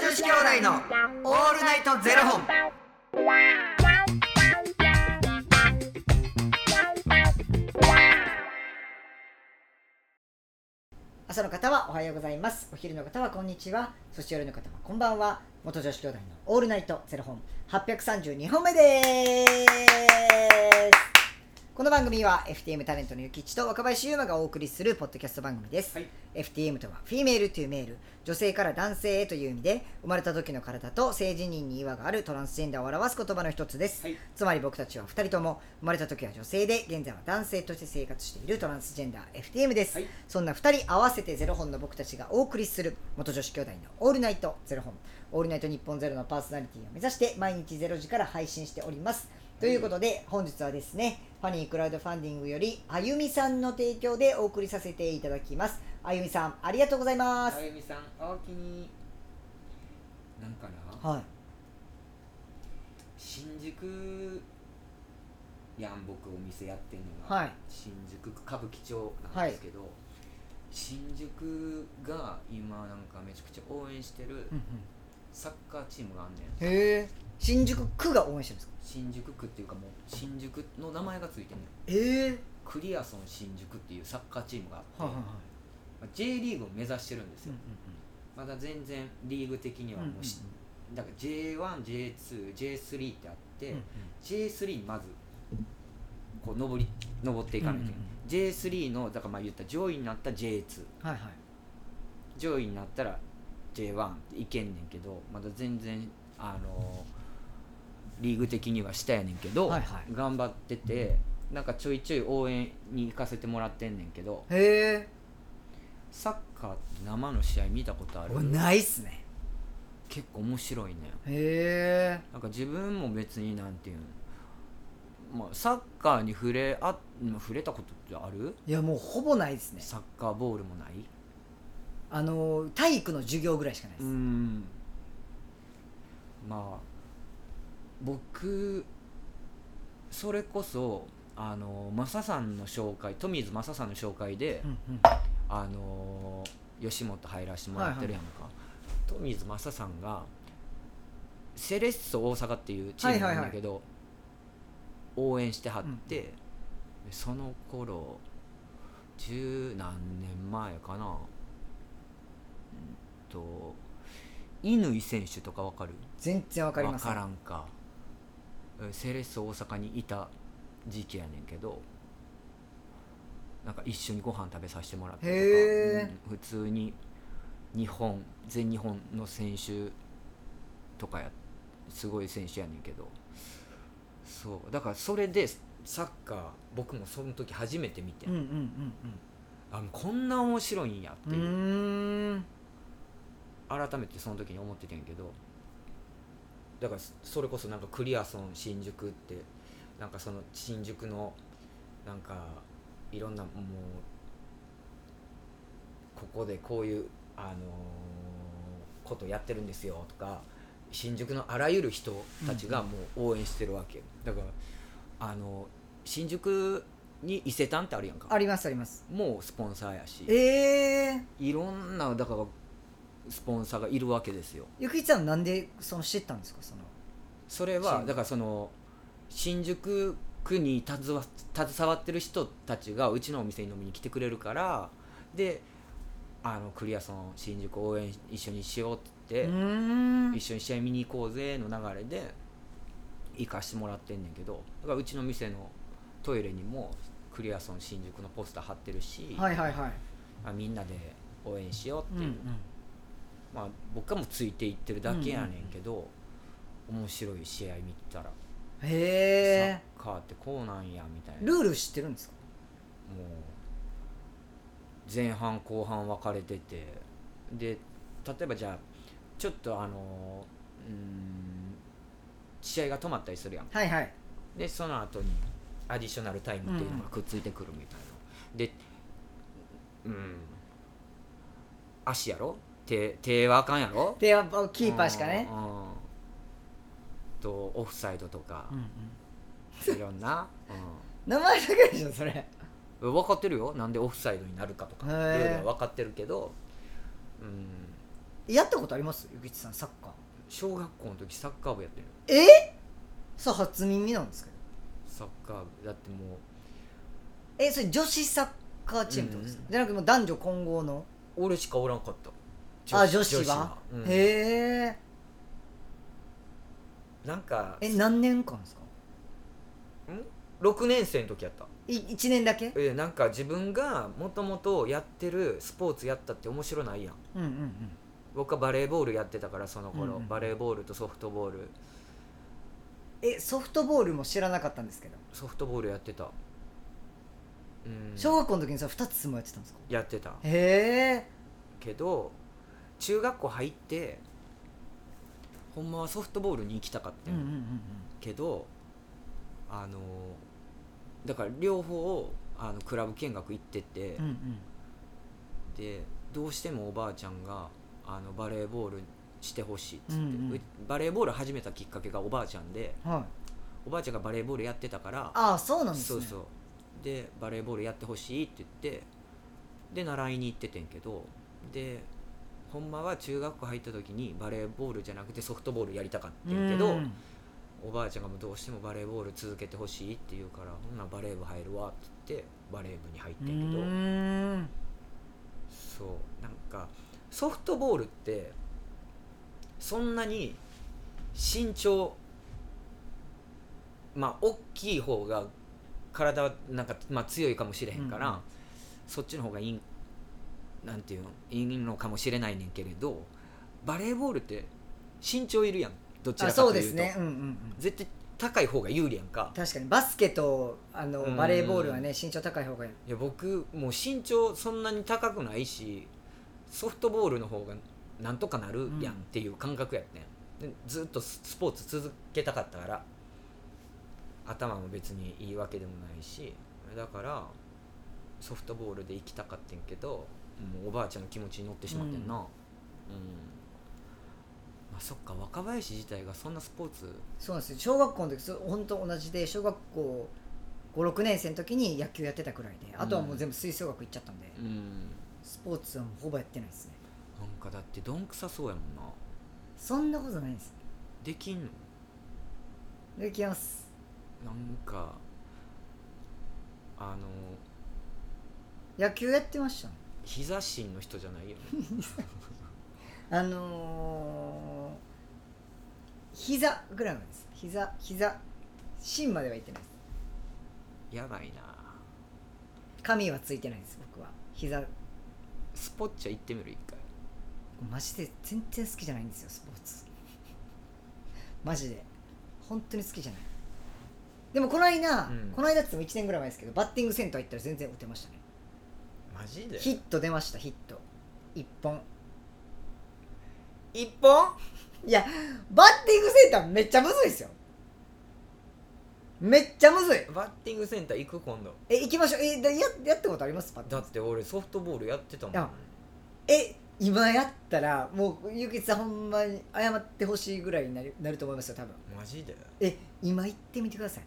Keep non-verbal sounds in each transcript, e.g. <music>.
子兄弟のオールナイトゼロ本。朝の方はおはようございますお昼の方はこんにちはそして夜の方はこんばんは元女子兄弟のオールナイトゼロ本832本目ですこの番組は FTM タレントのゆきちと若林優馬がお送りするポッドキャスト番組です、はい FTM とはフィメールというメール女性から男性へという意味で生まれた時の体と性自認に違和があるトランスジェンダーを表す言葉の一つです、はいつまり僕たちは2人とも生まれた時は女性で現在は男性として生活しているトランスジェンダー FTM です、はいそんな2人合わせてゼロ本の僕たちがお送りする元女子兄弟の「オールナイトゼロ本」「オールナイト日本ゼロのパーソナリティを目指して毎日ゼロ時から配信しておりますということで本日はですねファニークラウドファンディングよりあゆみさんの提供でお送りさせていただきますあゆみさんありがとうございますあゆみさん、おおきに。なんかな、はい新宿。やん、僕お店やってんのが、はい新宿区歌舞伎町なんですけど。新宿が今なんかめちゃくちゃ応援してるサッカーチームがあんねんへえ新宿区が応援してるんですか新宿区っていうかもう新宿の名前がついてんねんええクリアソン新宿っていうサッカーチームがあって、はいはいはいまあ J リーグを目指してるんですうんようん、まだ全然リーグ的にはもうし、だから J1J2J3 ってあって、うん J3 にまずこう上り上っていかないというんうんけない、J3 のだからまあ言ったら上位になった J2 はいはい上位になったら J1 っていけんねんけどまだ全然あのリーグ的には下やねんけど、はいはい頑張っててなんかちょいちょい応援に行かせてもらってんねんけどへえサッカーって生の試合見たことある俺ないっすね結構面白いねんへえなんか自分も別になんていうの、まあ、サッカーに触れあ触れたことってあるいやもうほぼないですねサッカーボールもないあのー体育の授業ぐらいしかないでうす、んまあ僕それこそあのマサさんの紹介富水マサさんの紹介で、うんうんあの吉本入らせてもらってるやんか、富水マサさんがセレッソ大阪っていうチームなんだけど、応援してはって、でその頃十何年前かなうんと乾選手とかわかる全然わかりまわせんからんかえセレッソ大阪にいた時期やねんけどなんか一緒にご飯食べさせてもらったりとか、へうん普通に日本全日本の選手とかやすごい選手やねんけどそうだからそれでサッカー僕もその時初めて見て、うんうんあこんな面白いんやっうんうていう、んうーん改めてその時に思ってたんやけどだからそそれこそなんかクリアソン新宿ってなんかその新宿のなんかいろんなもうここでこういうあのーことやってるんですよとか新宿のあらゆる人たちがもう応援してるわけ、だからあの新宿に伊勢丹ってあるやんかありますありますもうスポンサーやしええいろんなだからスポンサーがいるわけですよゆきちさんなんでその知ったんですかそのそれは新だからその新宿区に携わ携わってる人たちがうちのお店に飲みに来てくれるからであのクリアソン新宿応援一緒にしようっうて言って、ーん一緒に試合見に行こうぜの流れで行かしてもらってんねんけどだからうちの店のトイレにもクリアソン新宿のポスター貼ってるし、はいはいはいあみんなで応援しようっうんてういう、んまあ、僕はもうついていってるだけやねんけど、面白い試合見てたら、へえサッカーってこうなんやみたいなルール知ってるんですかもう前半後半分かれててで例えばじゃあちょっとあのうーん試合が止まったりするやんはいはいでその後にアディショナルタイムっていうのがくっついてくるみたいな、でうん足やろ手手はあかんやろでやっぱキーパーしかねうんうんとオフサイドとかうんうんいろんな、名前だけでしょそれうん、分かってるよなんでオフサイドになるかとかへルーールは分かってるけど、うん、やったことありますゆきちさんサッカー小学校の時サッカー部やってるえそう初耳なんですけどサッカー部だってもえそれ女子サッカーチームってことですか、うんじゃなくてもう男女混合のう俺しかおらんかったあ女子はうんへえなんかえ何年間ですか6年生の時やったい1年だけえなんか自分がもともとやってるスポーツやったって面白ないやんうんうんうん僕はバレーボールやってたからその頃、うんうんバレーボールとソフトボールえソフトボールも知らなかったんですけど、ソフトボールやってたうん小学校の時にそれ2つ相撲やってたんですかやってたへえけど中学校入ってほんまはソフトボールに行きたかったうんんやうんうんうんけど、あのだから両方あのクラブ見学行ってて、うんうんでどうしてもおばあちゃんがあのバレーボールしてほしいっつって、うんうんうバレーボール始めたきっかけがおばあちゃんではい、おばあちゃんがバレーボールやってたからああそうなんですそうねそうでバレーボールやってほしいって言ってで習いに行っててんけどでほんまは中学校入った時にバレーボールじゃなくてソフトボールやりたかったんやけど、うんおばあちゃんがもうどうしてもバレーボール続けてほしいって言うからほんならバレー部入るわって言ってバレー部に入っうてんけど、ーんそうなんかソフトボールってそんなに身長まあ大きい方が体はなんか、まあ、強いかもしれへんから、うんうんそっちの方がいいんなんていうのいいのかもしれないねんけれどバレーボールって身長いるやんどちらあかそというとうですねうんうんうん絶対高い方が有利やんか確かにバスケとあのうんバレーボールはね身長高い方がいいいや僕もう身長そんなに高くないしソフトボールの方がなんとかなるやんっていう感覚やってんでずっとススポーツ続けたかったから頭も別にいいわけでもないしだからソフトボールで行きたかってんけどもうおばあちゃんの気持ちに乗ってしまってんなうん、まあ、そっか若林自体がそんなスポーツそうなんですよ小学校の時そう本当同じで小学校56年生の時に野球やってたくらいであとはもう全部吹奏楽行っちゃったんで、うんスポーツはもうほぼやってないですねなんかだってどんくさそうやもんなそんなことないですできんのできますなんかあの野球やってましたね日差しの人じゃないよ <laughs> ねあのー、膝ぐらいまでです膝膝芯までは行ってないですやばいな髪はついてないです僕は膝スポッチャ行ってみる一回マジで全然好きじゃないんですよスポーツマジで本当に好きじゃないでもこの間、うんこの間って言っても1年ぐらい前ですけどバッティングセンター行ったら全然打てましたねマジでヒット出ましたヒット1本一本いやバッティングセンターめっちゃむずいですよめっちゃむずいバッティングセンター行く今度え行きましょうえだややったことありますバッティだングって俺ソフトボールやってたもんあえ今やったらもうゆきさんほんまに謝ってほしいぐらいになるなると思いますよ多分マジでえ今行ってみてください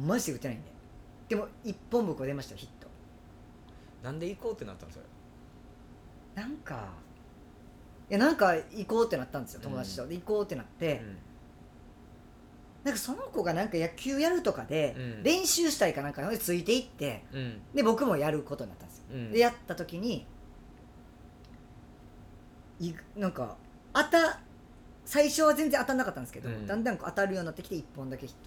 マジで打てないんででも一本僕は出ましたよヒットなんで行こうってなったのそれなんかいやなんか行こうってなったんですよ友達と、で行こうってなって、なんかその子がなんか野球やるとかで、うん練習したいかなんかでついていってうんうんで僕もやることになったんですよ、うんでやった時にいなんか当た最初は全然当たんなかったんですけど、うんだんだんこう当たるようになってきて1本だけヒット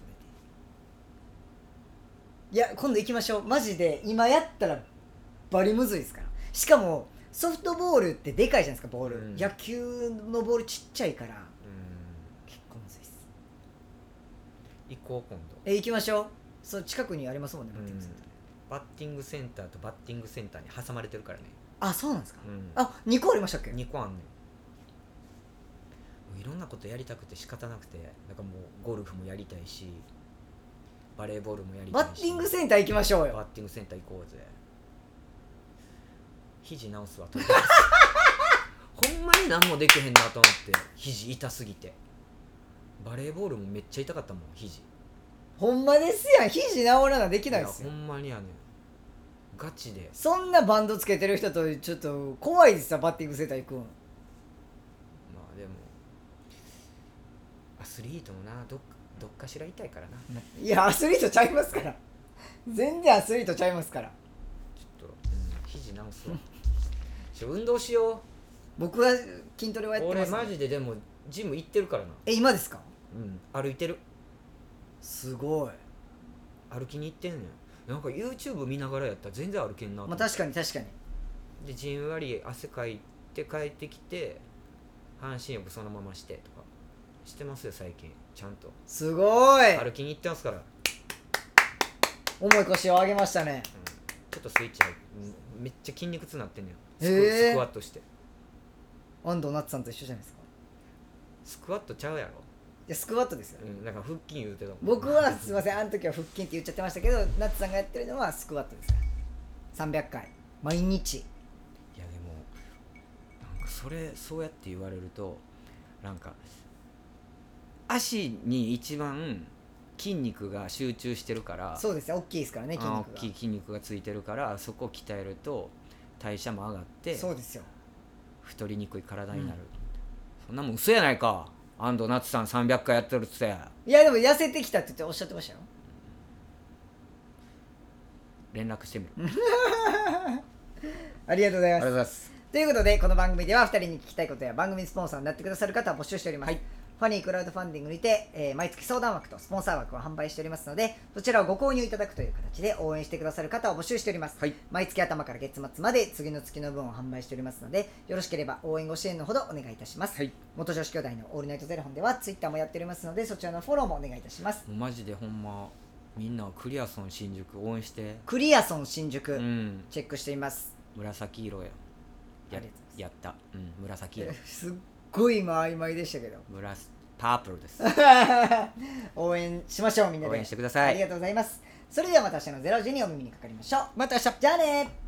出ていや今度行きましょうマジで今やったらバリムズいですからしかもソフトボールってでかいじゃないですかボール、うん野球のボールちっちゃいからうん結構むずいです行こう今度え行きましょうその近くにありますもんねバッティングセンター、バッティングセンターとバッティングセンターに挟まれてるからね、あそうなんですか、うんあ二2個ありましたっけ2個あんねんもういろんなことやりたくて仕方なくてなんかもうゴルフもやりたいしバレーボールもやりたいバしッティングセンター行きましょうよバッティングセンター行こうぜ肘直すわと <laughs> ほんまに何もできへんなと思って肘痛すぎてバレーボールもめっちゃ痛かったもん肘ほんまですやん肘治らなできないですやよほんまにやねんガチでそんなバンドつけてる人とちょっと怖いですよバッティングセンター行くんスリートもなどっどっかしら痛いからなちいやアスリートちゃいますから全然アスリートちゃいますからょっと、うん、肘直すわちょ運動しよ僕は筋トレをうやってま俺す、マジででもジム行ってるからなえ今ですかうん歩いてるすごい歩きに行ってんねんなんか YouTube 見ながらやったら全然歩けんなとま思あって確かに確かにでじんわり汗かいて帰ってきて半身浴そのまましてとかしてますよ最近ちゃんとすごい歩きに行ってますから重い腰を上げましたねちょっとスイッチ入ってうんめっちゃ筋肉痛なってんねんスク,、へースクワットして安藤なつさんと一緒じゃないですかスクワットちゃうやろ、いやスクワットですよ、うん、なんか腹筋言うてたもん僕はすいませんあの時は腹筋って言っちゃってましたけどなつさんがやってるのはスクワットですから300回毎日いやでもなんかそれそうやって言われるとなんか足に一番筋肉が集中してるからそうですね大きいですからね筋あの肉大がきい筋肉がついてるからそこを鍛えると代謝も上がってそうですよ太りにくい体になる、うそんなもん嘘やないか安藤夏さん300回やってるっつっていやでも痩せてきたって言っておっしゃってましたよ連絡してみる、あありりがとうございがまとうすございますということでこの番組では2人に聞きたいことや番組スポンサーになってくださる方を募集しております、はいファニークラウドファンディングにて、えー毎月相談枠とスポンサー枠を販売しておりますのでそちらをご購入いただくという形で応援してくださる方を募集しております、はい毎月頭から月末まで次の月の分を販売しておりますのでよろしければ応援ご支援のほどお願いいたします、はい元女子兄弟のオールナイトゼロ本ではツイッターもやっておりますのでそちらのフォローもお願いいたしますもうマジでほんまみんなクリアソン新宿応援してクリアソン新宿、うんチェックしています紫色ややありがとうございますやったうん紫色すっごい今曖昧でしたけ <laughs> ど紫パープルです応援しましょうみんなで応援してくださいありがとうございますそれではまた明日の0時にお耳にかかりましょうまた明日じゃあね